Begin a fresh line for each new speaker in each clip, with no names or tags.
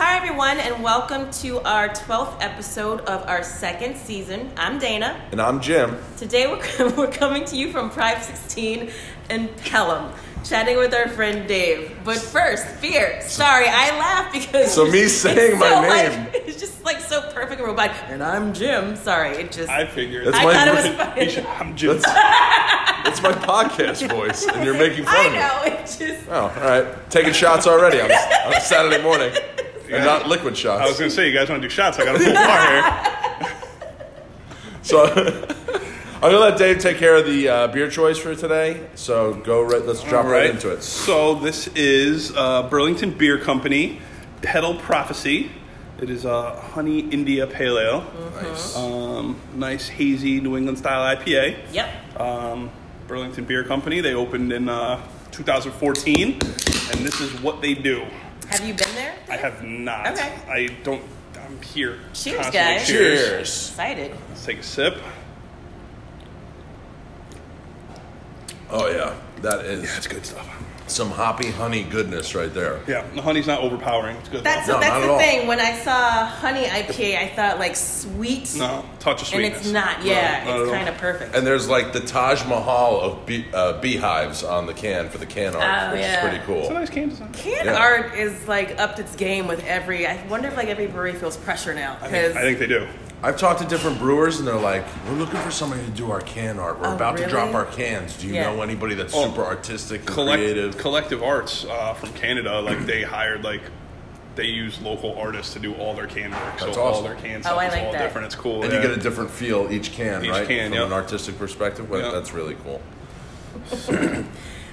everyone, and welcome to our 12th episode of our second season. I'm Dana.
And I'm Jim.
Today, we're, we're coming to you from Pride 16 in Pelham, chatting with our friend Dave. But first, beer. Sorry, I laugh because.
So me
it's
saying my
so,
name.
Like, it's just like so perfect and robotic. And I'm Jim. Sorry, it just.
I figured.
That's
I
my-
thought it was
He
funny.
should- I'm
That's,
just.
that's my podcast voice, and you're making fun
I
of me.
know, it just.
Oh, all right. Taking shots already on, on Saturday morning, and not liquid
I was
shots.
gonna say you guys want to do shots. I got a full bar
So I'm gonna let Dave take care of the uh, beer choice for today. So go right. Let's
here.
drop right. into it.
So this is uh, Burlington Beer Company, Pedal Prophecy. It is a honey India pale ale,
Nice.
um, nice hazy New England style IPA.
Yep.
Um, Burlington Beer Company. They opened in uh, 2014, and this is what they do.
Have you been there?
I have not.
Okay.
I don't. I'm here.
Cheers,
constantly.
guys.
Cheers.
Cheers.
Excited.
Let's take a sip.
Oh yeah, that is
That's good stuff.
some hoppy honey goodness right there.
Yeah, the honey's not overpowering. It's good.
That's
No, not
that's
at
the
all.
thing. When I saw honey IPA, I thought like sweet,
no touch of
and
sweetness.
it's not. Yeah, it's kind of perfect.
And there's like the Taj Mahal of bee, uh, beehives on the can for the can art,
Oh,
which
yeah.
is pretty cool.
It's a nice can design.
Can
Yeah.
art is like upped its game with every. I wonder if like every brewery feels pressure now
I think, I
because
think they do.
I've talked to different brewers and they're like, we're looking for somebody to do our can art. We're
Oh,
about to drop
really?
our cans. Do you
Yeah.
know anybody that's
Oh,
super artistic and
Collect,
creative?
Collective Arts uh, from Canada, like they hired like they use local artists to do all their can work.
That's
so all
awesome.
their can
Oh,
stuff
I
is
like
all
that.
different. It's cool.
and
yeah.
you get a different feel each can,
Each
right?
can,
From
yep.
an artistic perspective. Well,
Yep.
That's really cool.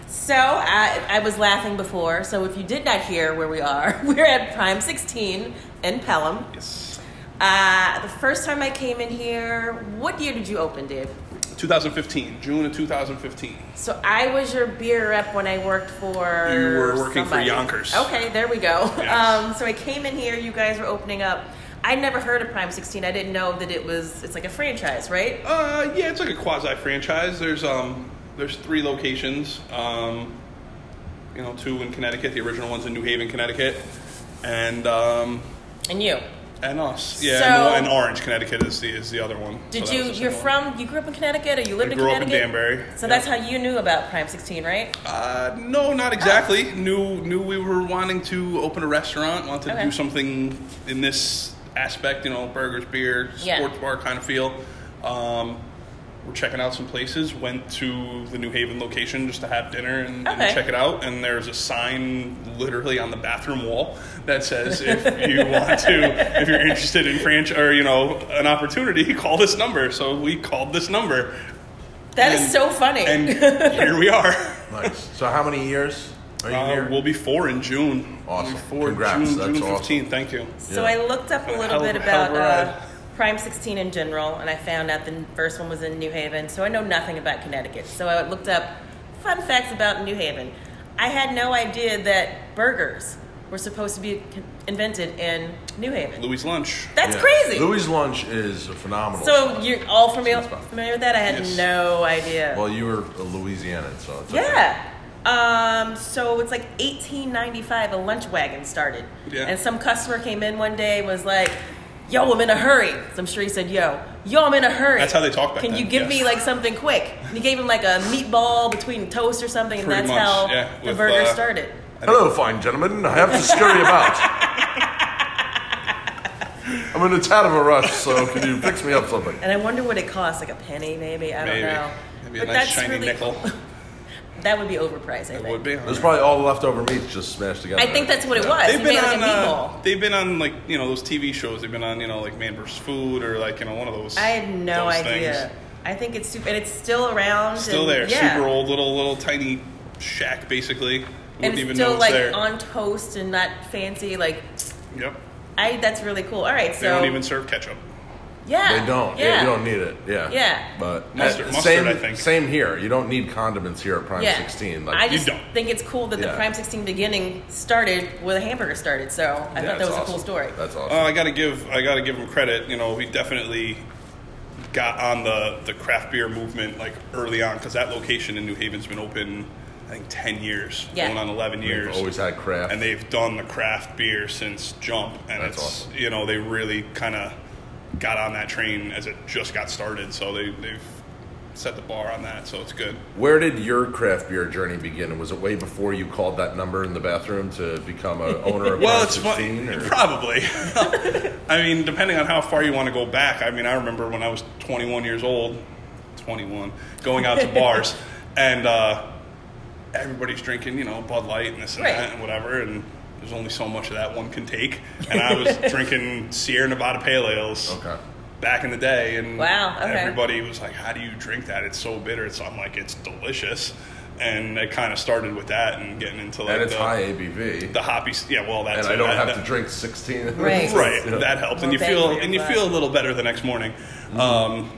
So I, I was laughing before. So if you did not hear where we are, we're at Prime 16 in Pelham.
Yes.
Uh, the first time I came in here, what year did you open, Dave?
2015, June of 2015.
So I was your beer rep when I worked for.
You were working for
somebody.
Yonkers.
Okay, there we go.
Yes.
Um, so I came in here. You guys were opening up. I never heard of Prime 16. I didn't know that it was. It's like a franchise, right?
Uh, yeah, it's like a quasi franchise. There's um, there's three locations. Um, you know, two in Connecticut. The original one's in New Haven, Connecticut, and um,
And you?
and us. Yeah,
So-
and, and Orange, Connecticut is the is the other one.
Did
So that
you?
was the
You're
second one.
from? You grew up in Connecticut, or you lived
I
in
grew up in
Connecticut?
Danbury.
So
yeah.
that's how you knew about Prime 16, right?
Uh, no, not exactly. Knew knew we were wanting to open a restaurant. Wanted
Okay.
to do something in this aspect, you know, burgers, beer, sports
Yeah.
bar kind of feel. Um, we're checking out some places. Went to the New Haven location just to have dinner and, and
Okay.
check it out. And there's a sign literally on the bathroom wall that says, "If you want to, if you're interested in French or you know an opportunity, call this number." So we called this number,
That is
And-
so funny.
and here we are.
Nice. So how many years are you
Uh,
here?
we'll be four in June.
Awesome.
We'll be Four
Congrats.
June,
That's
June
awesome.
15th. Thank you.
So
Yeah.
I looked up a
Hell
little
of-
bit
hell
about
of a ride.
uh, Prime 16 in general, and I found out the first one was in New Haven. So I know nothing about Connecticut. So I looked up fun facts about New Haven. I had no idea that burgers were supposed to be con- invented in New Haven.
Louis lunch.
That's
Yeah.
crazy.
Louis Lunch is a phenomenal.
so you're all familiar,
That's fine.
familiar with that? I had
Yes.
no idea.
well, you were a Louisianan, so it's okay.
Yeah. Um, so it's like 1895, a lunch wagon started.
Yeah.
And some customer came in one day and was like, yo, I'm in a hurry. So I'm sure he said, yo, yo, I'm in a hurry.
That's how they talk back
Can you
then,
give
yes.
me like something quick? And he gave him like a meatball between toast or something. And
Pretty
that's
much,
how
yeah,
the
with,
burger
uh,
started.
Hello, fine gentlemen. I have to scurry about. I'm in a tad of a rush, so can you fix me up something?
And I wonder what it costs, like a penny maybe? I don't
Maybe.
know.
Maybe a nice shiny nickel.
That would be overpriced, I
It
think.
would be.
There's probably all the leftover meats just smashed together.
I think that's what it was.
They've
he
been
made like
on.
a meatball.
Uh, they've been on like you know those TV shows. They've been on you know like Man vs. Food or like you know one of those.
I had no
those
idea.
things.
I think it's super, and it's still around.
Still
and-
there.
yeah.
Super old, little little tiny shack basically. Wouldn't
and
even
still
know it's
like
there.
on toast and not fancy. Like,
yep.
I that's really cool. All right,
They
so
don't even serve ketchup.
yeah,
They don't. Yeah.
Yeah,
you don't need it. Yeah.
Yeah.
But
Mustard-
uh,
mustard,
same,
I think.
Same here. You don't need condiments here at Prime
Yeah.
16.
I
Like,
just
don't.
think it's cool that the
Yeah.
Prime 16 beginning started where the hamburger started. So I
yeah,
thought that
it's
was a
awesome.
cool story.
That's awesome.
Uh, I gotta give I gotta give him credit. You know, he definitely got on the the craft beer movement like early on because that location in New Haven's been open. I think ten years,
Yeah.
going on eleven
They've
years.
always had craft.
and they've done the craft beer since Jump, and
That's
it's
awesome.
you know they really kind of got on that train as it just got started. So they they've set the bar on that, so it's good.
Where did your craft beer journey begin? Was it way before you called that number in the bathroom to become an owner of
Well,
Bar
it's fun.
16? or-
Probably. I mean, depending on how far you want to go back. I mean, I remember when I was 21 years old, 21, going out to bars, and uh, everybody's drinking, you know, Bud Light and this and
Right.
that and whatever, and there's only so much of that one can take. And I was drinking Sierra Nevada Pale Ales
Okay.
back in the day, and
Wow, okay.
everybody was like, "How do you drink that? It's so bitter." So I'm like, "It's delicious." And it kind of started with that and getting into like uh,
And it's
the,
high ABV.
the hoppy. Yeah, well, that's
And
it.
I don't
That-
have
that-
to drink 16.
Right.
right
You know,
that helps and
Well,
you
thank
feel
you,
and you
but-
feel a little better the next morning
Mm-hmm.
um,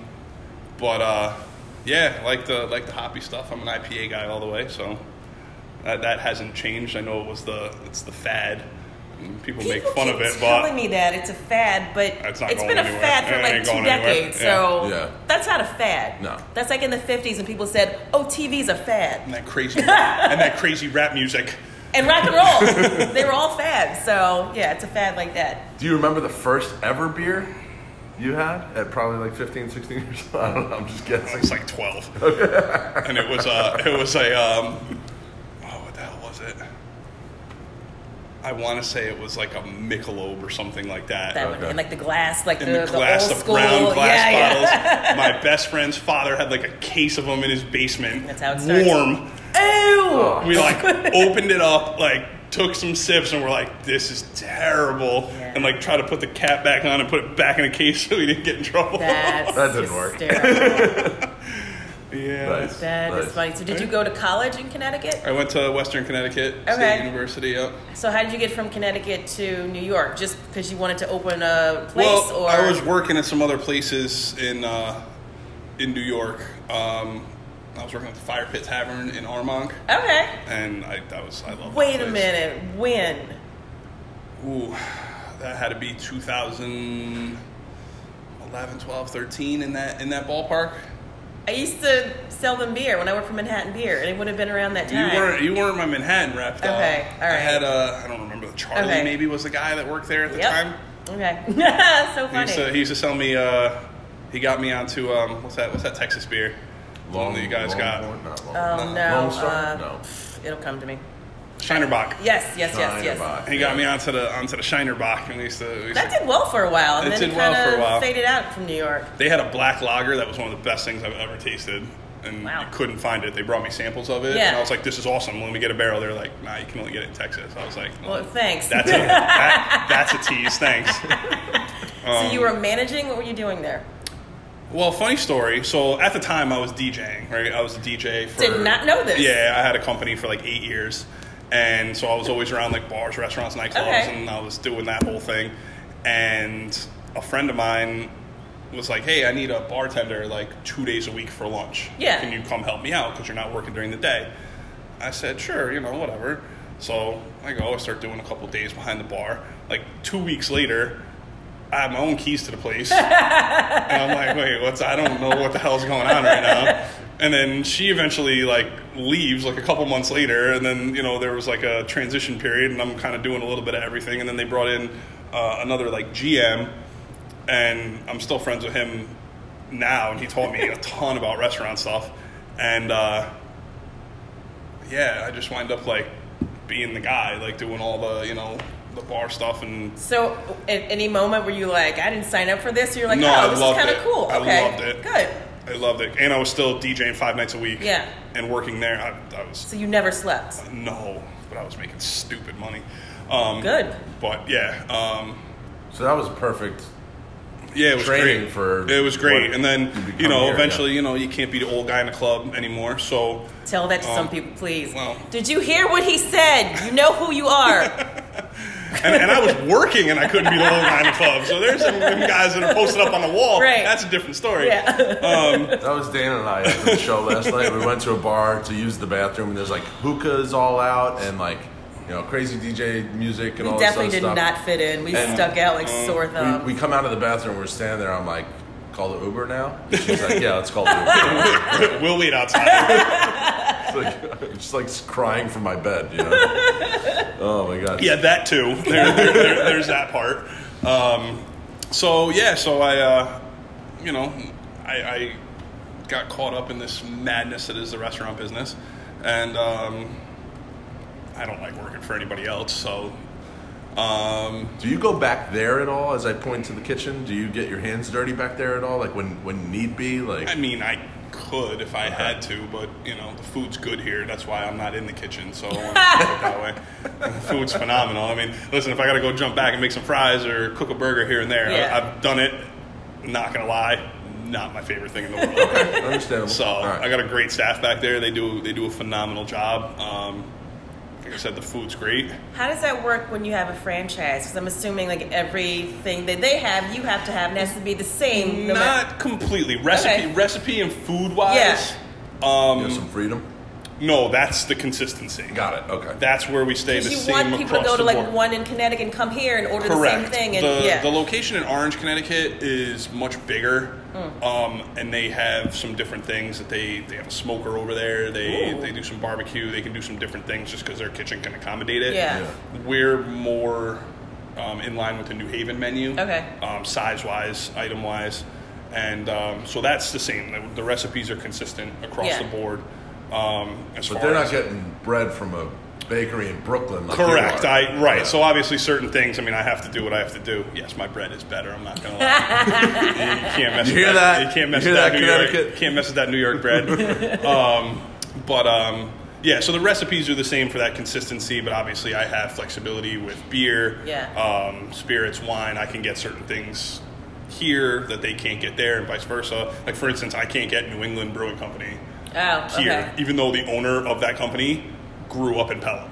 but uh, yeah like the like the hoppy stuff i'm an ipa guy all the way so that, that hasn't changed i know it was the it's the fad and people, make
People
fun
keep
of it
telling
but
me that it's a fad, but
It's
it's
not going
been a
anywhere.
fad
It
for
ain't
like
going
two
anywhere.
decades.
Yeah.
So
Yeah.
that's not a fad.
No.
that's like in the '50s when people said, "Oh, TV's a fad,"
and that crazy and that crazy rap music
and rock and roll. they were all fads. So yeah, it's a fad like that.
Do you remember the first ever beer you had at probably like 15, 16 years old? I don't know. I'm just
I
guessing.
was like 12 and it was uh it was a um oh what the hell was it I want to say it was like a Michelob or something like
That
Okay.
one, and like the glass, like
in
the,
the, glass,
old
the
school.
brown glass
yeah, yeah.
bottles. My best friend's father had like a case of them in his basement.
That's how it starts.
Warm.
Ew.
We like opened it up, like took some sips, and we're like, "This is terrible,"
Yeah.
and like try to put the cap back on and put it back in the case so we didn't get in trouble.
That's
That didn't work.
hysterical.
yeah.
Nice.
That is
Nice.
funny. So, did you go to college in Connecticut?
I went to Western Connecticut State
Okay.
University. Yep.
So, how did you get from Connecticut to New York? Just because you wanted to open a place,
well,
or
I was working at some other places in uh, in New York. Um, I was working at the Fire Pit Tavern in Armonk,
okay.
and I, that was I love.
Wait a minute. When?
Ooh, that had to be 2011, 12, 13 in that in that ballpark.
I used to sell them beer when I worked for Manhattan Beer, and it would have been around that
You
time.
weren't you weren't my Manhattan rep. Though.
Okay, all
I
right.
had uh, I don't remember Charlie
Okay.
maybe was the guy that worked there at the
Yep.
time.
Okay. so
He
funny.
used, to, he used to sell me. Uh, he got me onto um, what's that? What's that Texas beer? The one that you guys got
Longhorn? Not Longhorn.
oh no.
Lone Star?
uh,
No.
It'll come to me.
Shinerbach.
Yes. Yes. Yes. Yes.
Shinerbach.
He got me onto the onto the Shinerbach, and we used to. We used to
That did well for a while, and
It
then
did
it
well
kind
for a
of
while.
faded out from New York.
They had a black lager that was one of the best things I've ever tasted. And
Wow.
you couldn't find it. They brought me samples of it. And
Yeah.
I was like, this is awesome. Let me get a barrel. They're like, nah, you can only get it in Texas. I was like,
Well, thanks.
that's, a, that, that's a tease. Thanks.
so
um,
you were managing. What were you doing there?
Well, funny story. So at the time, I was DJing, right? I was a DJ for.
Did not know this.
Yeah, I had a company for like eight years, and so I was always around like bars, restaurants, nightclubs,
Okay.
and I was doing that whole thing. And a friend of mine was like, "Hey, I need a bartender like two days a week for lunch.
Yeah.
can you come help me out because you're not working during the day?" I said, "Sure, you know, whatever." So I go, I start doing a couple days behind the bar. Like two weeks later. I have my own keys to the place. And I'm like, wait, what's? I don't know what the hell's going on right now. And then she eventually like leaves like a couple months later, and then you know there was like a transition period, and I'm kind of doing a little bit of everything. And then they brought in uh, another like GM, and I'm still friends with him now, and he taught me a ton about restaurant stuff. And uh, yeah, I just wind up like being the guy, like doing all the you know the bar stuff and
So, at any moment were you like, I didn't sign up for this? You're like,
No,
oh,
I
this
loved
is kind
it.
of cool.
I
okay.
loved it.
Good.
I loved it, and I was still DJing five nights a week.
Yeah.
and working there, I, I was
So you never slept.
no, but I was making stupid money. Um,
Good.
but yeah,
Oh.
um,
So that was perfect.
yeah, it was
Training
great.
for
it was great,
what
and
you
then
become
you know,
here,
eventually,
yeah.
you know, you can't be the old guy in the club anymore. So
Tell that to
Um,
some people, please.
well-
Did you hear what he said? You know who you are.
and, and I was working and I couldn't be the whole guy in the club. So there's some guys that are posted up on the wall.
Right.
That's a different story.
yeah.
That was Dana and I at the show last night. We went to a bar to use the bathroom, and there's like hookahs all out and like, you know, crazy DJ music and
we
all this
definitely
other
did
stuff.
not fit in. We
And-
stuck out like
um,
sore thumb.
We, we come out of the bathroom, we're standing there, I'm like, call the Uber now? She's like, yeah, let's call the Uber.
We'll wait outside.
like, I'm just like crying from my bed, you know? Oh my god.
Yeah, that too. There, there, there, there's that part. Um, so yeah, so I, uh, you know, I, I got caught up in this madness that is the restaurant business, and um, I don't like working for anybody else. So um,
Do you go back there at all? As I point to the kitchen, do you get your hands dirty back there at all? Like when when need be, like
I mean, I could if I had to, but you know, the food's good here. That's why I'm not in the kitchen, so I want to put it that way. The food's phenomenal. I mean, listen, if I got to go jump back and make some fries or cook a burger here and there,
Yeah.
I, I've done it. Not gonna lie, not my favorite thing in the world.
understandable.
so
All right.
I got a great staff back there. They do they do a phenomenal job. Um, like I said, the food's great.
How does that work when you have a franchise? Because I'm assuming like everything that they have, you have to have, and it has to be the same. no matter-
Not completely recipe
Okay.
recipe and food wise.
You
Um,
have some freedom.
no, that's the consistency.
Got it. Okay.
That's where we stay the
you
same
want people to
across
go to
the
like
board.
one in Connecticut and come here and order
Correct.
the same thing. And
the,
yeah,
the location in Orange, Connecticut is much bigger,
Hmm.
um, and they have some different things that they they have a smoker over there. They
Ooh.
they do some barbecue. They can do some different things just because their kitchen can accommodate it.
Yeah.
we're more um, in line with the New Haven menu.
Okay.
um, size wise, item wise, and um, so that's the same. The, the recipes are consistent across
Yeah.
the board. Um, as
But
far
they're
as,
not getting bread from a bakery in Brooklyn. Like you
Correct.
are.
I right.
Yeah.
So obviously, certain things. I mean, I have to do what I have to do. Yes, my bread is better. I'm not gonna lie. you can't mess.
You
with
hear that?
You can't mess
You
with
hear
that,
that,
New York.
Connecticut?
Can't mess with that New York bread. um, but um, yeah. So the recipes are the same for that consistency. But obviously, I have flexibility with beer,
Yeah.
um, spirits, wine. I can get certain things here that they can't get there, and vice versa. Like for instance, I can't get New England Brewing Company
oh, okay.
here, even though the owner of that company grew up in Pelham.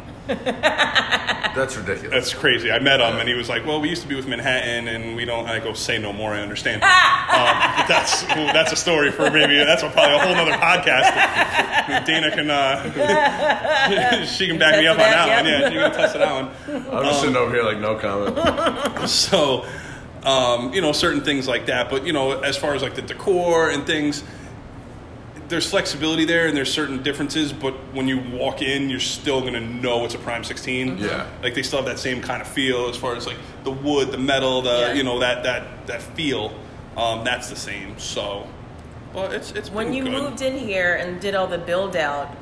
That's ridiculous.
That's crazy. I met him and he was like, "Well, we used to be with Manhattan, and we don't." I go, "Say no more." I understand.
Ah!
um, but that's ooh, that's a story for maybe that's a, probably a whole other podcast. Dana can uh, she can back me up on
Test it out,
that one.
yeah.
Yeah, she can test it out. One.
I'm just sitting over here like no comment.
So, um, you know, certain things like that. But you know, as far as like the decor and things, there's flexibility there, and there's certain differences. But when you walk in, you're still gonna know it's a Prime 16.
Yeah.
like they still have that same kind of feel as far as like the wood, the metal, the
Yeah.
you know that that that feel. Um, that's the same. So, well, it's it's
When
been
you
good.
moved in here and did all the build out,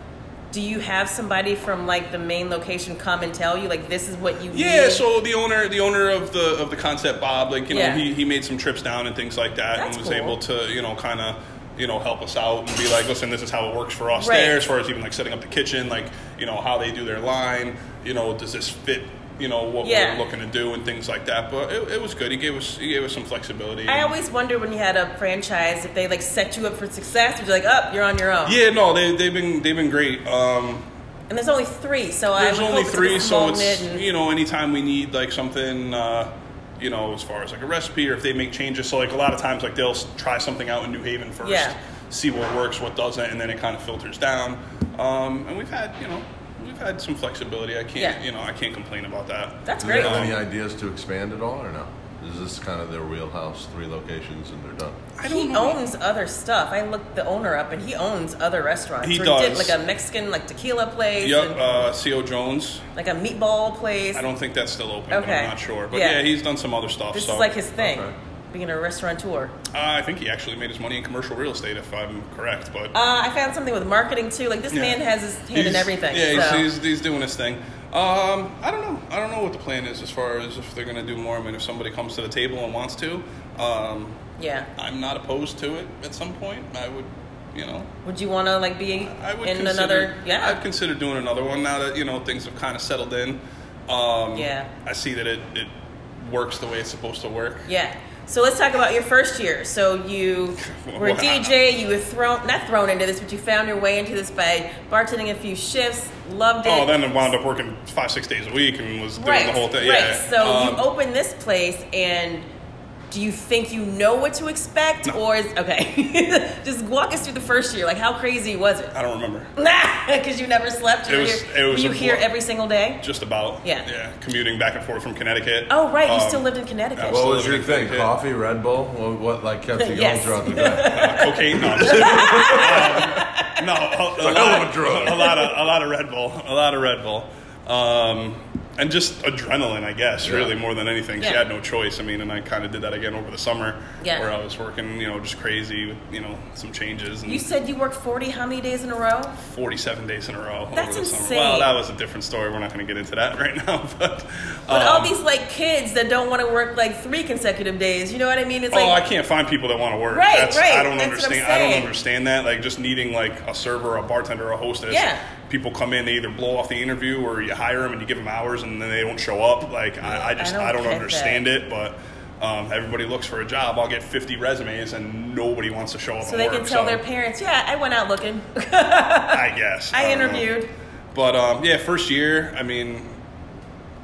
do you have somebody from like the main location come and tell you like this is what you
Yeah,
need?
so the owner, the owner of the of the concept, Bob, like you know,
Yeah.
he, he made some trips down and things like that,
That's
and was
cool.
able to you know kind of you know help us out and be like, listen, this is how it works for us
Right.
there, as far as even like setting up the kitchen, like you know how they do their line, you know, does this fit, you know, what
Yeah.
we're looking to do and things like that. But it, it was good. He gave us he gave us some flexibility.
I always wonder when you had a franchise if they like set you up for success. You're like, up, you're on your own.
yeah, no, they they've been they've been great. Um,
And there's only three, so I
There's
would
only
hope
three,
it's a
so
small
it's
knit and-
you know anytime we need like something, uh, you know, as far as like a recipe or if they make changes. So like a lot of times, like they'll s- try something out in New Haven first,
Yeah.
see what works, what doesn't, and then it kind of filters down. Um, and we've had you know we've had some flexibility. I can't
Yeah.
you know I can't complain about that.
That's
Do they
great.
have any
Um,
ideas to expand at all or no? Is this kind of their wheelhouse, three locations and they're done?
I
he
don't know.
owns other stuff. I looked the owner up, and he owns other restaurants.
He
Or did
does.
like a Mexican like tequila place,
Yep,
and,
uh, Co Jones.
like a meatball place.
I don't think that's still open. But
Okay.
I'm not sure, but
Yeah.
yeah. he's done some other stuff.
this
so
is like his thing,
Okay.
being a restaurateur.
uh, I think he actually made his money in commercial real estate, if I'm correct. But
Uh, I found something with marketing too. Like this
Yeah.
man has his hand in
He's-
everything.
Yeah,
so.
he's, he's, he's doing his thing. Um, I don't know. I don't know what the plan is as far as if they're going to do more. I mean, if somebody comes to the table and wants to, um,
yeah.
I'm not opposed to it at some point. I would, you know,
Would you want to like be
I would
in
consider.
another? Yeah.
I'd consider doing another one now that you know things have kind of settled in. Um,
Yeah.
I see that it, it works the way it's supposed to work.
Yeah. So let's talk about your first year. So you were a
Wow.
DJ. You were thrown not thrown into this, but you found your way into this by bartending a few shifts. Loved it.
Oh, then I wound up working five, six days a week and was doing
right,
the whole thing.
Right.
Yeah.
So
Um,
you opened this place and Do you think you know what to expect,
No.
or is okay? Just walk us through the first year. Like, how crazy was it?
I don't remember.
Because you never slept. You
It
were
was-
here-
it was
were you
a
here
blo-
every single day?
Just about.
Yeah.
Yeah. Commuting back and forth from Connecticut.
Oh, right. You
Um,
still lived in Connecticut.
yeah,
What was
Absolutely.
your thing? Coffee, Red Bull? What, what like kept you going
Yes.
throughout the day?
uh, cocaine. No, I'm just kidding. Um, no, a, a
a hell
lot
of a drug.
A lot of a lot of Red Bull, a lot of Red Bull, um, and just adrenaline, I guess,
Yeah.
really more than anything. She
Yeah.
had no choice. I mean, and I kind of did that again over the summer,
Yeah.
where I was working, you know, just crazy with you know some changes and
You said you worked 40 how many days in a row?
47 days in a row
That's
over the summer.
insane.
Well, that was a different story. We're not going to get into that right now, but.
But
um,
all these like kids that don't want to work like three consecutive days. You know what I mean? It's
oh, I
like
can't find people that want to work.
Right,
That's,
right.
I don't
That's what I'm
understand. I don't
saying.
understand that. Like just needing like a server, a bartender, a hostess.
Yeah.
People come in, they either blow off the interview or you hire them and you give them hours and then they don't show up. Like I, I just
don't
I don't,
get
understand it, but. Um, everybody looks for a job. I'll get 50 resumes, and nobody wants to show up.
so
and
they
work,
can tell
so
their parents, yeah, I went out looking.
I guess
I
don't know.
interviewed.
But um, yeah, first year. I mean,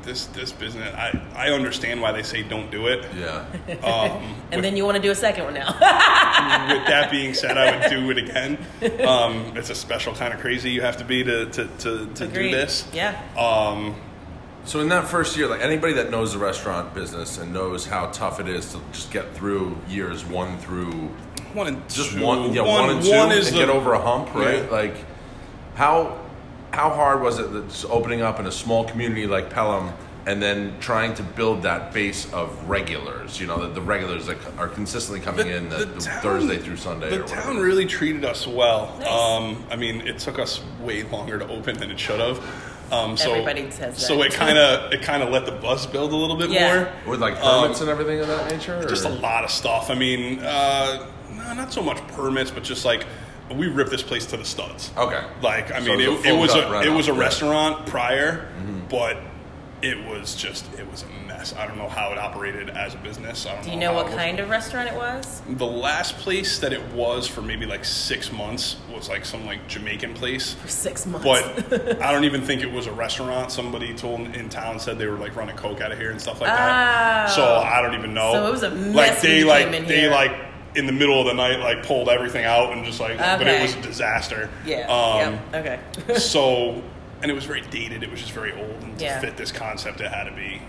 this this business. I I understand why they say don't do it.
Yeah.
And then you want to do a second one now.
with that being said, I would do it again. Um, it's a special kind of crazy you have to be to, to, to, to do
Agreed.
this.
Yeah.
So in that first year, like anybody that knows the restaurant business and knows how tough it is to just get through years one through
One and
just
two.
one, yeah, one, and two,
is
and
the,
get over a hump, right?
Yeah.
Like how how hard was it that's opening up in a small community like Pelham and then trying to build that base of regulars, you know, the, the regulars that c- are consistently coming in the, the
town-
Thursday through Sunday.
The
or whatever.
town really treated us well.
Nice.
Um, I mean, it took us way longer to open than it should have. Um, so,
Everybody says
So
that.
it kind of it kind of let the buzz build a little bit
Yeah.
more.
with like
Um,
permits and everything of that nature.
Just a
or-
lot of stuff. I mean, uh, no, not so much permits, but just like we ripped this place to the studs.
Okay.
Like I
So
mean,
it was
it,
a
it was
full-gut
a
run
it
up,
was a
yeah. Mm-hmm.
restaurant prior, but it was just it was a mess. I don't know how it operated as a business. I don't
Do you know
how
what
it was-
kind of restaurant it was?
The last place that it was for maybe like six months was like some like Jamaican place.
For six months.
But I don't even think it was a restaurant. Somebody told in town said they were like running coke out of here and stuff like that.
Oh.
So I don't even know.
So it was a mess when
Like they
you
like
came in
they
here.
like in the middle of the night like pulled everything out and just like but it
Okay.
was a disaster.
yeah.
Um,
yep. Okay.
so and it was very dated. It was just very old and to
Yeah.
fit this concept it had to be.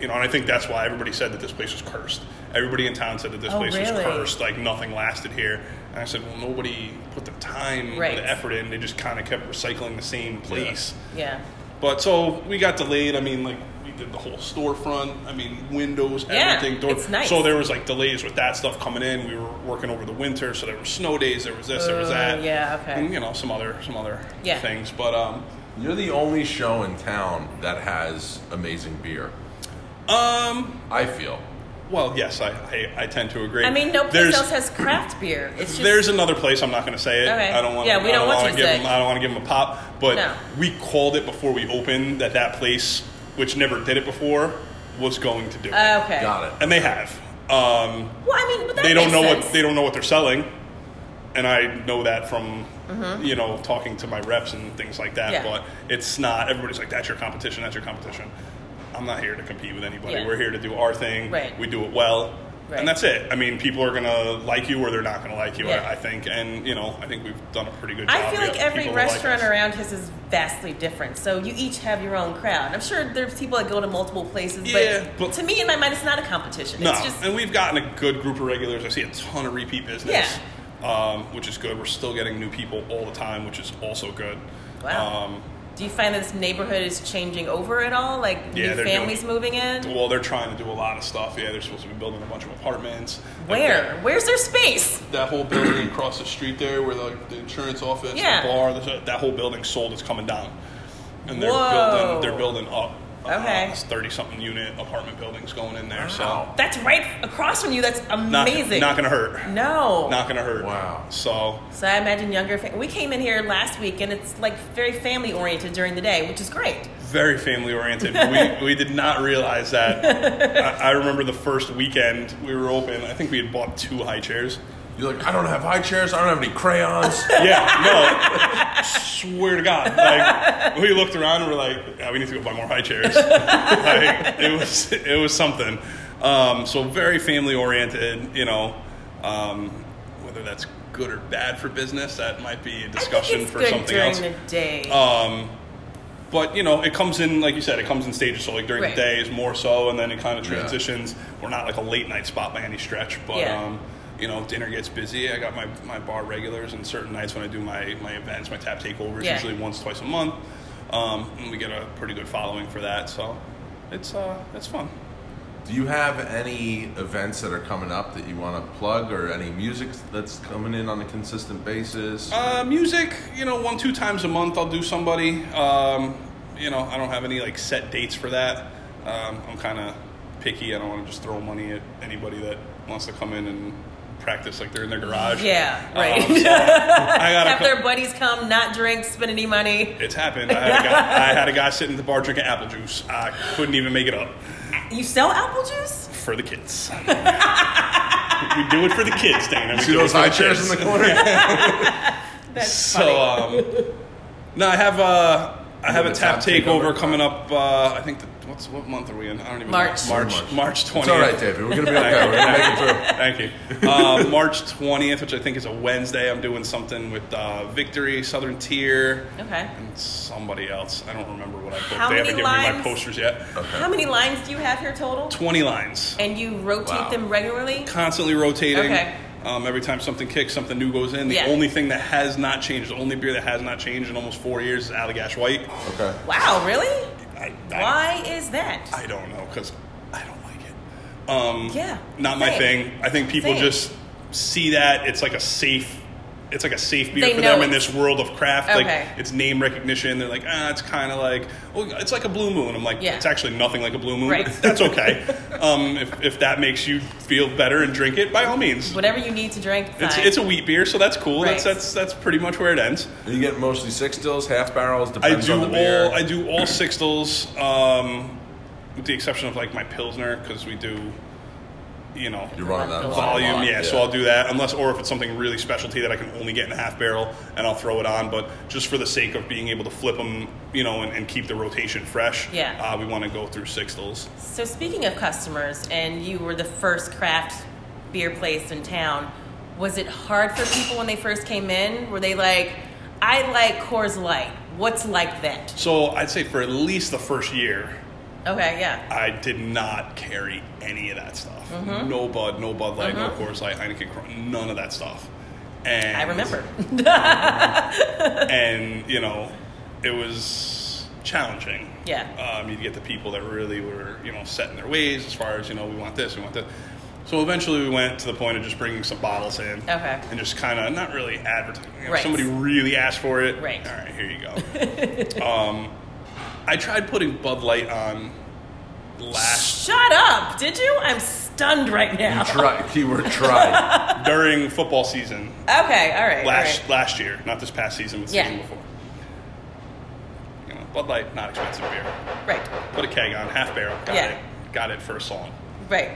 You know, and I think that's why everybody said that this place was cursed. Everybody in town said that this
Oh,
place was
really?
cursed, like nothing lasted here. And I said, well, nobody put the time or
Right.
the effort in. They just kind of kept recycling the same place.
Yeah.
But so we got delayed. I mean, like we did the whole storefront. I mean, windows,
Yeah,
everything.
it's nice.
So there was like delays with that stuff coming in. We were working over the winter, so there were snow days. There was this. there was
Oh,
that.
yeah, okay.
And you know some other some other
Yeah.
things. But um,
You're the only show in town that has amazing beer.
um,
I feel.
well, yes, I I, I tend to agree.
I mean, no place
There's-
else has craft beer. It's just
There's another place. I'm not going to say it.
Okay.
I don't want.
Yeah, we
I
don't want
wanna
you to
give
say.
Them, I don't want to give them a pop. But
No.
we called it before we opened that that place, which never did it before, was going to do it,
Uh, okay.
Got it.
and they have. Um,
Well, I mean, but that
they don't
makes
know
sense.
what they don't know what they're selling, and I know that from you know talking to my reps and things like that.
Mm-hmm. Yeah.
But it's not everybody's like that's your competition. That's your competition. I'm not here to compete with anybody.
Yeah.
We're here to do our thing.
Right.
We do it well.
Right.
And that's it. I mean, people are gonna like you or they're not gonna like you.
Yeah.
I, I think, and you know, I think we've done a pretty good. job.
I feel
We
like
have
every
people that like
restaurant
us.
around here is vastly different. So you each have your own crowd. I'm sure there's people that go to multiple places,
Yeah,
but,
but-
to me, in my mind, it's not a competition.
No,
It's just
and we've gotten a good group of regulars. I see a ton of repeat business, um, which is good. We're still getting new people all the time, which is also good.
Wow.
Um,
do you find this neighborhood is changing over at all? Like
Yeah,
new
they're doing-
families moving in?
well, they're trying to do a lot of stuff. Yeah, they're supposed to be building a bunch of apartments. Like
Where?
that-
Where's their space?
That whole building across the street there, where like the insurance office,
Yeah.
the bar, the, that whole building sold is coming down, and they're
Whoa.
building. They're building up. uh,
Okay.
thirty-something unit apartment buildings going in
Wow.
there. So
That's right across from you. That's
not,
amazing.
Not gonna hurt.
no.
Not gonna hurt.
Wow.
So
so I imagine younger. Fa- we came in here last week, and it's like very family oriented during the day, which is great.
very family oriented. we, we did not realize that. I, I remember the first weekend we were open. I think we had bought two high chairs.
You're like, I don't have high chairs. I don't have any crayons.
Yeah, no, swear to God. Like we looked around and we're like, yeah, we need to go buy more high chairs. like, it was it was something. Um, so very family oriented, you know. Um, whether that's good or bad for business, that might be a discussion
I think it's
for
good
something
during
else. Uh,
the day.
But you know, it comes in like you said, it comes in stages. So like during
Right.
the day is more so, and then it kind of
Yeah.
transitions. We're not like a late night spot by any stretch, but
Yeah.
um, you know, dinner gets busy. I got my, my bar regulars, and certain nights when I do my my events, my tap takeovers,
Yeah.
usually once twice a month, um, and we get a pretty good following for that. So it's uh, it's fun.
Do you have any events that are coming up that you want to plug, or any music that's coming in on a consistent basis?
Uh, music, you know, one two times a month I'll do somebody. Um, you know, I don't have any like set dates for that. Um, I'm kind of picky. I don't want to just throw money at anybody that wants to come in and practice like they're in their garage.
yeah,
Um,
right.
so I got
Have
a.
their
cou-
buddies come, not drink, spend any money.
It's happened. I had, a guy, I had a guy sitting at the bar drinking apple juice. I couldn't even make it up
You sell apple juice?
for the kids. we do it for the kids, Dana. We
See
do it
those
for
high chairs
kids.
in the corner?
That's
So um, no, I have uh, I have a
the
tap
tap takeover.
takeover coming up. Uh, I think the, what's what month are we in? I don't even
March.
know. March March
It's
twentieth.
all right, David. We're gonna be okay. We're gonna make it through.
Thank you. Uh, March twentieth, which I think is a Wednesday. I'm doing something with uh, Victory Southern Tier
Okay.
and somebody else. I don't remember what I booked.
How
they haven't
many
given me my
lines?
posters yet.
How many lines do you have here total?
Twenty lines,
And you rotate
Wow.
them regularly?
constantly rotating.
Okay.
Um, every time something kicks, something new goes in. The
Yeah.
only thing that has not changed, the only beer that has not changed in almost four years is Allagash White.
Okay.
Wow, really?
I, I,
Why is that?
I don't know because I don't like it. Um,
Yeah,
not my
same.
thing. I think people
Same.
just see that it's like a safe, it's like a safe beer
They
for
know
them in
it.
this world of craft.
Okay.
Like it's name recognition. They're like, ah, it's kind of like, oh, it's like a blue moon. I'm like,
Yeah.
it's actually nothing like a blue moon.
Right.
But that's okay. um, if if that makes you feel better and drink it, by all means.
Whatever you need to drink, fine.
It's, it's a wheat beer, so that's cool.
Right.
That's that's that's pretty much where it ends.
You get mostly six stills, half barrels,
I
depends
do
on the beer.
all I do all sixtels, um, with the exception of like my pilsner because we do, you know,
You're running that
Volume,
a
volume.
lot,
Yeah, so I'll do that unless or if it's something really specialty that I can only get in a half barrel and I'll throw it on. But just for the sake of being able to flip them, you know, and, and keep the rotation fresh.
Yeah.
uh, we want to go through sixtels.
So speaking of customers, and you were the first craft beer place in town, was it hard for people when they first came in? Were they like, I like Coors Light. What's like that?
So I'd say for at least the first year,
Okay, yeah.
I did not carry any of that stuff.
Mm-hmm.
No Bud, no Bud Light, no Coors Light, Heineken, Corona, none of that stuff. And
I remember.
and you know, it was challenging.
Yeah.
Um, you'd get the people that really were you know set in their ways as far as you know we want this, we want that. So eventually we went to the point of just bringing some bottles in.
Okay.
And just kind of not really advertising. If
Right.
Somebody really asked for it.
Right.
All right, here you go. um, I tried putting Bud Light on last
Shut up! Did you? I'm stunned right now.
You try. Keyword try.
during football season
Okay, all right.
last
all right.
last year, not this past season, but the
Yeah.
season before. You know, Bud Light, not expensive beer.
Right,
Put a keg on, half barrel, got
Yeah.
it, got it for a song.
right.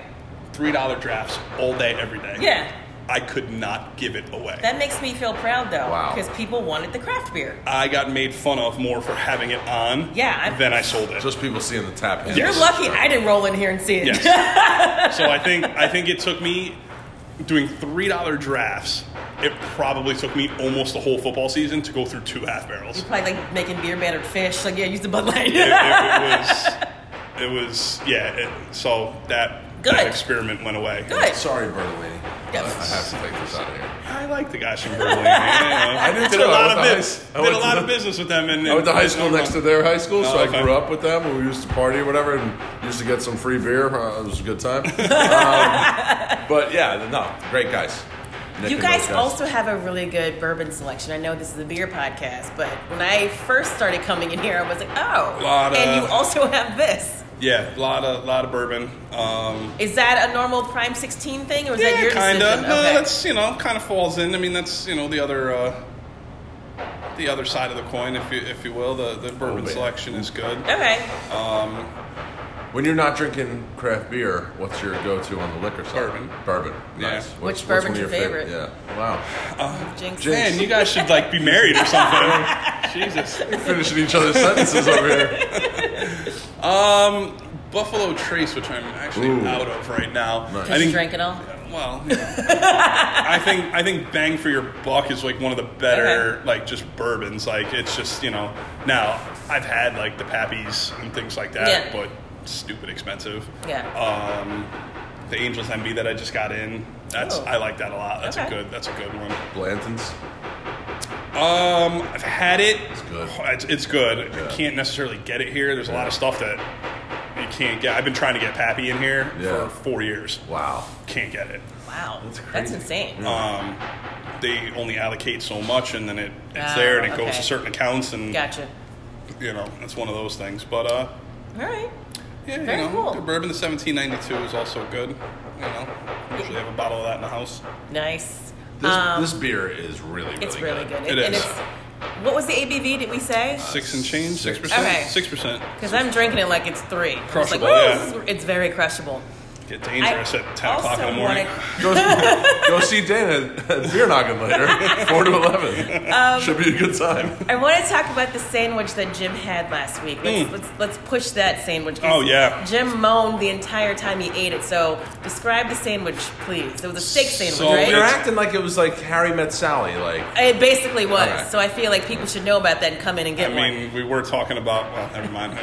Three dollar drafts all day, every day.
Yeah.
I could not give it away.
That makes me feel proud though,
Wow.
because people wanted the craft beer.
I got made fun of more for having it on
Yeah, I-
than I sold it.
Just people seeing the tap handle.
You're lucky I didn't roll in here and see it.
Yes. so I think I think it took me doing three dollar drafts. It probably took me almost the whole football season to go through two half barrels.
Probably like making beer battered fish. Like, yeah, use the Bud Light.
it, it- it was, it was, yeah. It, so that
Good.
that experiment went away.
Good.
Sorry, Bertolini.
Yeah.
but I have to take this out of here.
I like the guys from Berlin. I
do
did
too.
a
I
lot of
went to
biz,
high- I
did
went
a
to
lot
the-
of business with them. And
I went to high school next to their high school, so
Oh,
I grew
okay.
up with them, and we used to party or whatever, and used to get some free beer. Uh, it was a good time. um, but yeah, no, great guys. Nick
You
and
guys
those
also have a really good bourbon selection. I know this is a beer podcast, but when I first started coming in here, I was like, oh,
Lot of-
and you also have this.
Yeah, a lot of lot of bourbon. Um,
Is that a normal Prime 16 thing, or is that
yeah,
your
kind of.
decision?
No,
Okay.
that's you know, kind of falls in. I mean, that's you know the other uh, the other side of the coin, if you if you will. The the bourbon
Oh, yeah.
selection is good.
okay.
When you're not drinking craft beer, what's your go-to on the liquor side?
Bourbon.
Bourbon.
Yeah.
Nice.
Which
what's
bourbon's
one of
your favorite?
Yeah. Wow.
Jinx.
Jinx.
Man, you guys should like be married or something. Jesus.
Finishing each other's sentences over here.
Um, Buffalo Trace, which I'm actually
Ooh.
out of right now.
Nice.
Did you drink it all?
Well, you know. I think I think Bang for Your Buck is like one of the better
Okay.
like just bourbons. Like it's just you know now I've had like the Pappies and things like that,
Yeah.
but stupid expensive.
Yeah.
Um, the Angels Envy that I just got in. That's
Oh.
I like that a lot. That's
Okay.
a good. That's a good one.
Blanton's.
Um, I've had it. It's
good.
It's, it's good.
Yeah.
I can't necessarily get it here. There's a lot of stuff that you can't get. I've been trying to get Pappy in here
Yeah.
for four years.
Wow.
Can't get it.
Wow.
That's
That's,
crazy. Mm.
insane.
Um, they only allocate so much, and then it, it's
Oh,
there, and it goes
okay.
to certain accounts, and
Gotcha.
you know it's one of those things. But uh,
All right.
yeah,
Very
you know,
cool.
the bourbon the 1792 is also good. You know, usually have a bottle of that in the house.
Nice.
This,
Um,
this beer is really, really
it's really good.
It
and
is.
It's, what was the ABV? Did we say?
Six and change,
Six.
six percent,
Okay.
six percent.
Because I'm drinking it like it's three. I'm just like,
Crushable,
"Ooh,
yeah.
this is- It's very crushable.
Get dangerous
I
at ten o'clock in the
also
morning.
wanna-
Go, go see Dana at Beer Noggin later, 4 to 11.
Um,
Should be a good time.
I want to talk about the sandwich that Jim had last week. Let's,
Mm.
let's, let's push that sandwich. 'cause
Oh, yeah.
Jim moaned the entire time he ate it. So describe the sandwich, please. It was a steak sandwich,
So
right?
You're
it's-
acting like it was like Harry met Sally. Like,
It basically was.
Alright.
So I feel like people should know about that and come in and
I
get one.
mean, we were talking about. Well, never mind.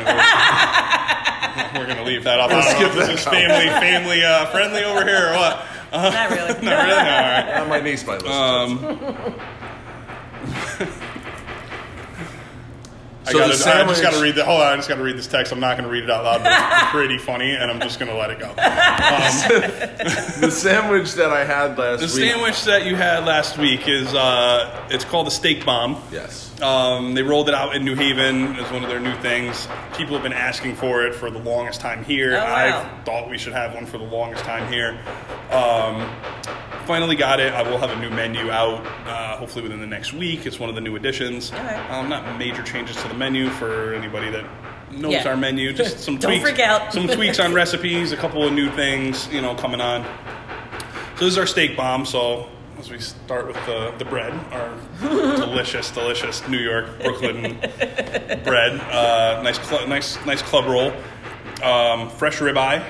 we're going to leave that off. I don't know
Skip
if this
that
is family, family uh, friendly over here or what. Uh,
Not really.
not really. All right.
"Ah, my niece might listen to this.
I,
So
gotta,
the
I just
sandwich-
got to read the. Hold on, I just got to read this text. I'm not going to read it out loud, but it's pretty funny, and I'm just going to let it go. Um,
The sandwich that I had last
the
week.
sandwich that you had last week is uh, it's called the steak bomb.
Yes.
Um, they rolled it out in New Haven as one of their new things. People have been asking for it for the longest time here.
Oh, wow.
I thought we should have one for the longest time here. Um, finally got it. I will have a new menu out uh, hopefully within the next week. It's one of the new additions.
Okay.
Um, not major changes to the menu for anybody that knows
Yeah.
our menu. Just some
Don't
tweaks,
freak out.
some tweaks on recipes, a couple of new things, you know, coming on. So this is our steak bomb. So as we start with the, the bread, our delicious, delicious New York Brooklyn bread. Uh, nice, cl- nice, nice club roll. Um, fresh ribeye.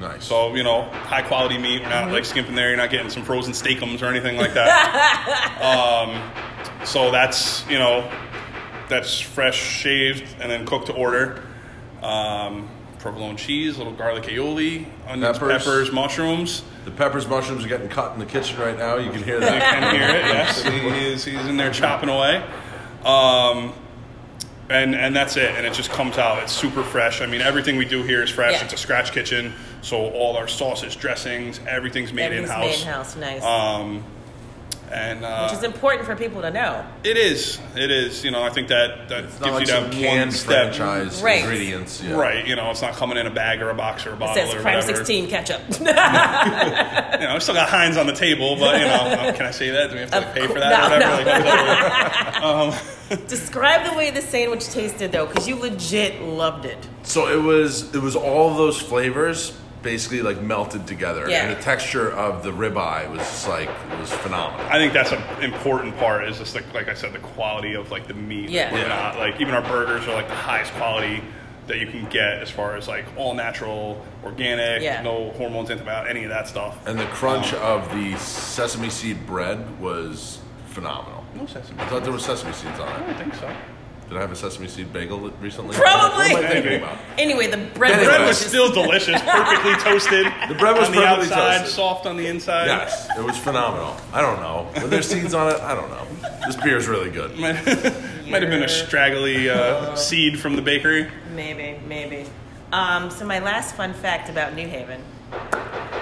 Nice.
So you know, high quality meat. We're not like skimping there. You're not getting some frozen steakums or anything like that. um, so that's you know, that's fresh shaved and then cooked to order. Um, provolone cheese, little garlic aioli, onions,
Peppers.
peppers mushrooms.
the peppers, mushrooms are getting cut in the kitchen right now. You can hear that.
I can hear it. Yes, he is. He's in there chopping away. Um, and and that's it. And it just comes out. It's super fresh. I mean, everything we do here is fresh.
Yeah.
It's a scratch kitchen, so all our sauces, dressings, everything's made in
Everything's made
house.
in house. Nice.
Um, and uh,
Which is important for people to know.
it is. It is. You know, I think that that
It's
gives
not like
you
some
that one
canned
step.
franchise
Right.
ingredients. Yeah.
Right, you know, it's not coming in a bag or a box or a
It
bottle
says
or
Prime
uh, whatever.
16 ketchup.
You know, I've still got Heinz on the table, but you know, can I say that? Do we have to like, pay for that
course-
or whatever? Um, Like,
Describe the way the sandwich tasted, though, because you legit loved it.
So it was it was all of those flavors basically like melted together,
Yeah.
and the texture of the ribeye was just like it was phenomenal.
I think that's an important part. Is just like, like I said, the quality of like the meat.
Yeah.
We're
Yeah.
not- like even our burgers are like the highest quality that you can get as far as like all natural, organic,
Yeah.
no hormones, antibiotics, any of that stuff.
And the crunch of the sesame seed bread was phenomenal.
no sesame.
I
I
thought there were sesame seeds on it.
don't think so.
Did I have a sesame seed bagel recently?
Probably.
What am I thinking about?
Anyway, the bread
Anyway.
Bread was
delicious.
still delicious, perfectly toasted.
The bread was
on the
perfectly
outside,
toasted.
soft on the inside.
Yes, it was phenomenal. I don't know. Were there seeds on it? I don't know. This beer is really good.
Might, might have been a straggly uh, seed from the bakery.
Maybe, maybe. Um, so my last fun fact about New Haven.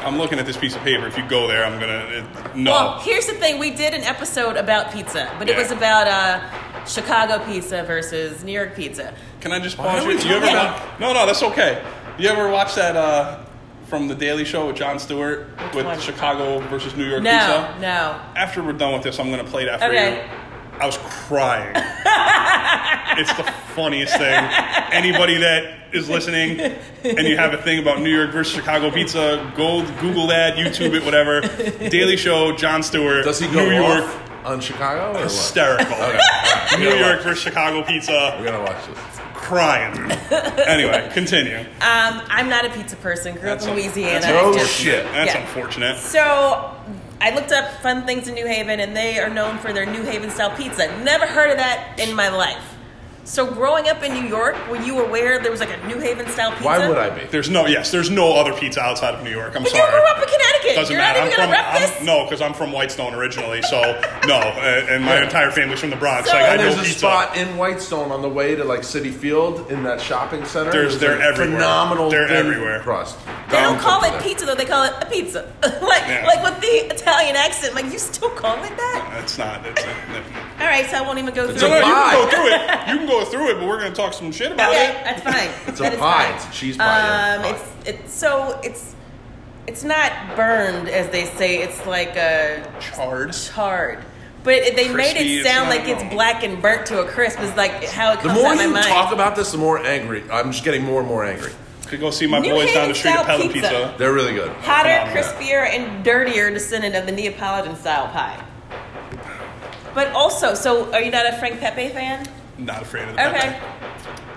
I'm looking at this piece of paper. If you go there, I'm gonna it, no.
Well, here's the thing: we did an episode about pizza, but it
Yeah.
was about uh, Chicago pizza versus New York pizza.
Can I just
Why
pause
are
you?
we
You ever
talking
not, no, no, that's okay. You ever watch that uh, from the Daily Show with Jon Stewart with
one?
Chicago versus New York
No,
pizza?
no.
After we're done with this, I'm gonna play that for
Okay.
you. I was crying. it's the funniest thing. Anybody that is listening and you have a thing about New York versus Chicago pizza, go Google that, YouTube it, whatever. Daily Show, Jon Stewart,
Does he go
New
off
York,
on Chicago or what?
hysterical.
Okay, all right, we
New
gotta
York
watch-
versus Chicago
We
pizza,
gotta watch this.
crying. anyway, continue.
Um, I'm not a pizza person. Grew
That's
up
un-
in Louisiana.
that's
I
Oh,
just-
shit.
That's
Yeah.
unfortunate.
So I looked up fun things in New Haven, and they are known for their New Haven style pizza. Never heard of that in my life. So growing up in New York, were you aware there was like a New Haven style pizza?
Why would I be?
There's no yes. There's no other pizza outside of New York. I'm
But
sorry.
you grew up in Connecticut.
Doesn't
You're
matter.
not even
I'm
gonna
from
rep
I'm-
this.
no, because I'm from Whitestone originally. So no, and, and my entire family's from the Bronx.
So-
like I
And
know
there's a
pizza.
spot in Whitestone on the way to like City Field in that shopping center.
There's- they're
a
everywhere.
Phenomenal.
They're
thin
everywhere.
Crust.
They don't
Um,
call it
there.
pizza though; they call it a pizza. like,
Yeah.
like with the Italian accent, like you still call it that?
That's not. That's not
All right, so I won't even go
It's
through.
no, no,
it.
you
a
can go through it. You can go through it, but we're gonna talk some shit about
Okay,
it.
that's fine.
It's a
That is
pie.
fine.
It's a cheese pie, yeah.
Um,
Pie.
it's it's so it's it's not burned as they say. It's like a
Charred.
charred. But it, they made
Crispy,
it
it's
sound
not
like it's
wrong.
black and burnt to a crisp. Is like how it
The
comes
more
out of my
you
mind.
talk about this, the more angry. I'm just getting more and more angry.
Could go see my
New
boys down the street at
Haven-style
Pelham Pizza.
pizza.
They're really good.
Hotter,
Phenomenal.
crispier, and dirtier descendant of the Neapolitan style pie. But also, so are you not a Frank Pepe fan?
Not afraid of the
Okay.
pepper.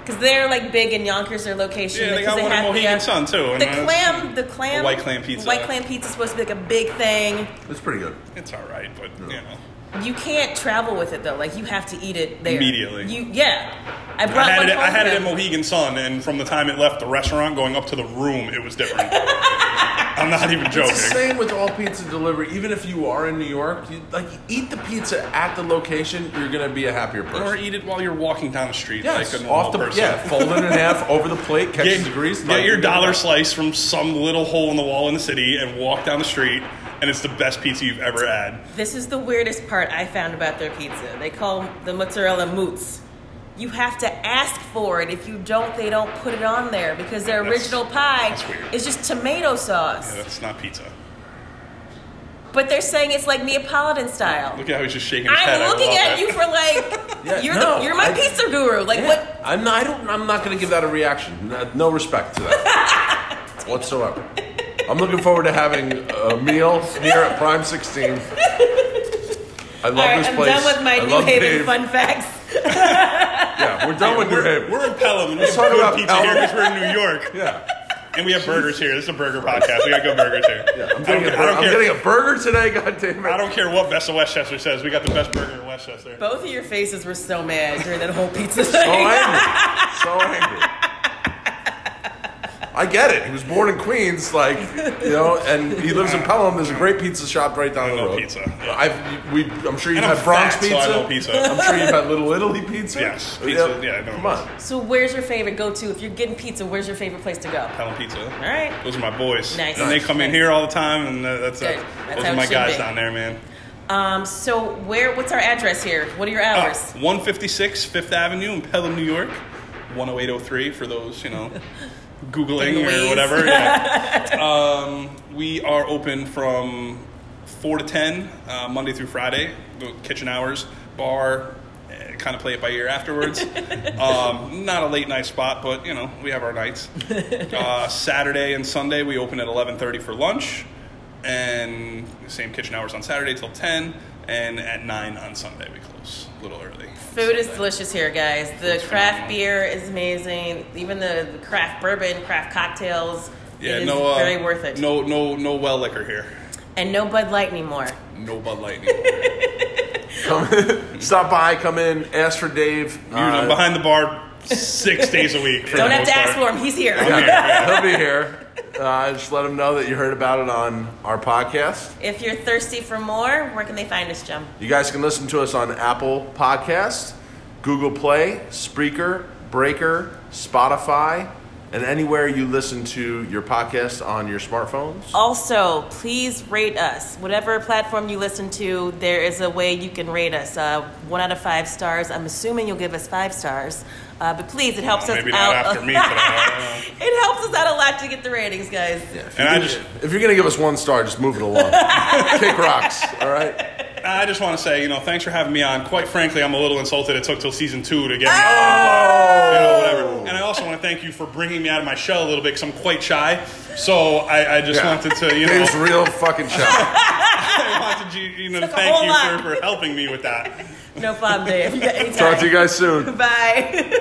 Because they're like big in Yonkers, their location.
Yeah, they
because
got one in
have
Mohegan
the-
Sun too. and
The
it's-
clam, the clam,
The white clam pizza.
White clam pizza is supposed to be like a big thing.
It's pretty good.
It's all right, but you know.
You can't travel with it though. Like you have to eat it there
Immediately.
You yeah. I brought
I had
one
it. I
home
had it
with
at
me.
Mohegan Sun, and from the time it left the restaurant going up to the room, it was different. I'm not even joking.
It's the same with all pizza delivery. Even if you are in New York, you, like eat the pizza at the location, you're gonna be a happier person.
Or eat it while you're walking down the street,
yes,
like a normal
off the
person.
yeah, fold it in half over the plate, catch
Get,
the grease.
get
like-
your dollar slice from some little hole in the wall in the city and walk down the street, and it's the best pizza you've ever had.
This is the weirdest part I found about their pizza. They call the mozzarella moots. You have to ask for it. If you don't, they don't put it on there because their
That's-
original pie
that's weird.
is just tomato sauce.
Yeah, that's not pizza.
But they're saying it's like Neapolitan style.
Look at how he's just shaking his head.
I'm looking
I love
at
it.
you for like
Yeah,
you're
no,
the, you're my
I-
pizza guru. Like
Yeah,
what?
I'm not. I don't. I'm not gonna give that a reaction. No, no respect to that whatsoever. I'm looking forward to having a meal here at Prime 16. I love
All right,
this
I'm
place.
done with my
I
New
love
Haven
Dave.
fun facts.
Yeah, we're done with New
We're,
Haven.
we're in Pelham, and we
Let's
have
talk
good
about
pizza here
Pelham.
because we're in New York,
Yeah.
and we have burgers here. This is a burger podcast. We got good burgers here.
I'm
I don't
getting, a
care.
bur-
I don't
I'm
care.
getting a burger today, God damn
I
it.
don't care what Best of Westchester says. We got the best burger in Westchester.
Both of your faces were so mad during that whole pizza thing.
So angry. So angry. I get it. He was born in Queens, like you know, and he lives in Pelham. There's a great pizza shop right down the
love
road.
pizza.
I've, we, I'm sure you've
And I'm
had Bronx
fat,
pizza.
so I love pizza.
I'm sure you've had Little Italy pizza.
Yes,
You
pizza,
know,
yeah, I know.
come on.
So where's your favorite go-to? If you're getting pizza, where's your favorite place to go?
Pelham Pizza. All
right.
Those are my boys.
Nice.
And they come in
Nice.
here all the time, and uh, that's,
Good.
uh,
That's
those
how
are
it
my
should
guys
be.
down there, man.
Um, so where? What's our address here? What are your
Uh,
hours?
156 Fifth Avenue in Pelham, New York. 10803 for those, you know, Googling
Taking
or
ways.
whatever. yeah. um, we are open from 4 to 10, uh, Monday through Friday, the kitchen hours, bar. Kind of play it by ear afterwards. um, not a late night spot, but you know we have our nights. Uh, Saturday and Sunday we open at eleven thirty for lunch, and same kitchen hours on Saturday till ten, and at nine on Sunday we close a little early.
Food is delicious here, guys. The craft beer is amazing. Even the, the craft bourbon, craft cocktails.
Yeah,
it is
no, uh,
very worth it.
No, no, no well liquor here.
And no Bud Light anymore.
No Bud Light. anymore.
Come, stop by. Come in. Ask for Dave. Uh,
Dude, I'm behind the bar six days a week. For
Don't
the
have
most
to ask for
part.
him. He's here.
yeah, he'll be here. Uh, just let him know that you heard about it on our podcast.
If you're thirsty for more, where can they find us, Jim?
You guys can listen to us on Apple Podcasts, Google Play, Spreaker, Breaker, Spotify, and anywhere you listen to your podcast on your smartphones.
Also, please rate us. Whatever platform you listen to, there is a way you can rate us. Uh, one out of five stars. I'm assuming you'll give us five stars. Uh, but please, it helps
Well,
us
maybe
out.
not after me, but I
it helps us out a lot to get the ratings, guys.
Yeah, if
And
you're
I
gonna-
just-
if you're gonna give us one star, just move it along. Kick rocks, all right?
I just want to say, you know, thanks for having me on. Quite frankly, I'm a little insulted. It took till season two to get me.
Ah!
you know, whatever. And I also want to thank you for bringing me out of my shell a little bit because I'm quite shy. So I, I just
Yeah.
wanted to, you know,
Dave's real fucking shot.
I wanted you, you know, to
Took a
thank
whole
you
lot.
for, for helping me with that.
No problem, Dave. Anytime.
Talk to you guys soon.
Bye.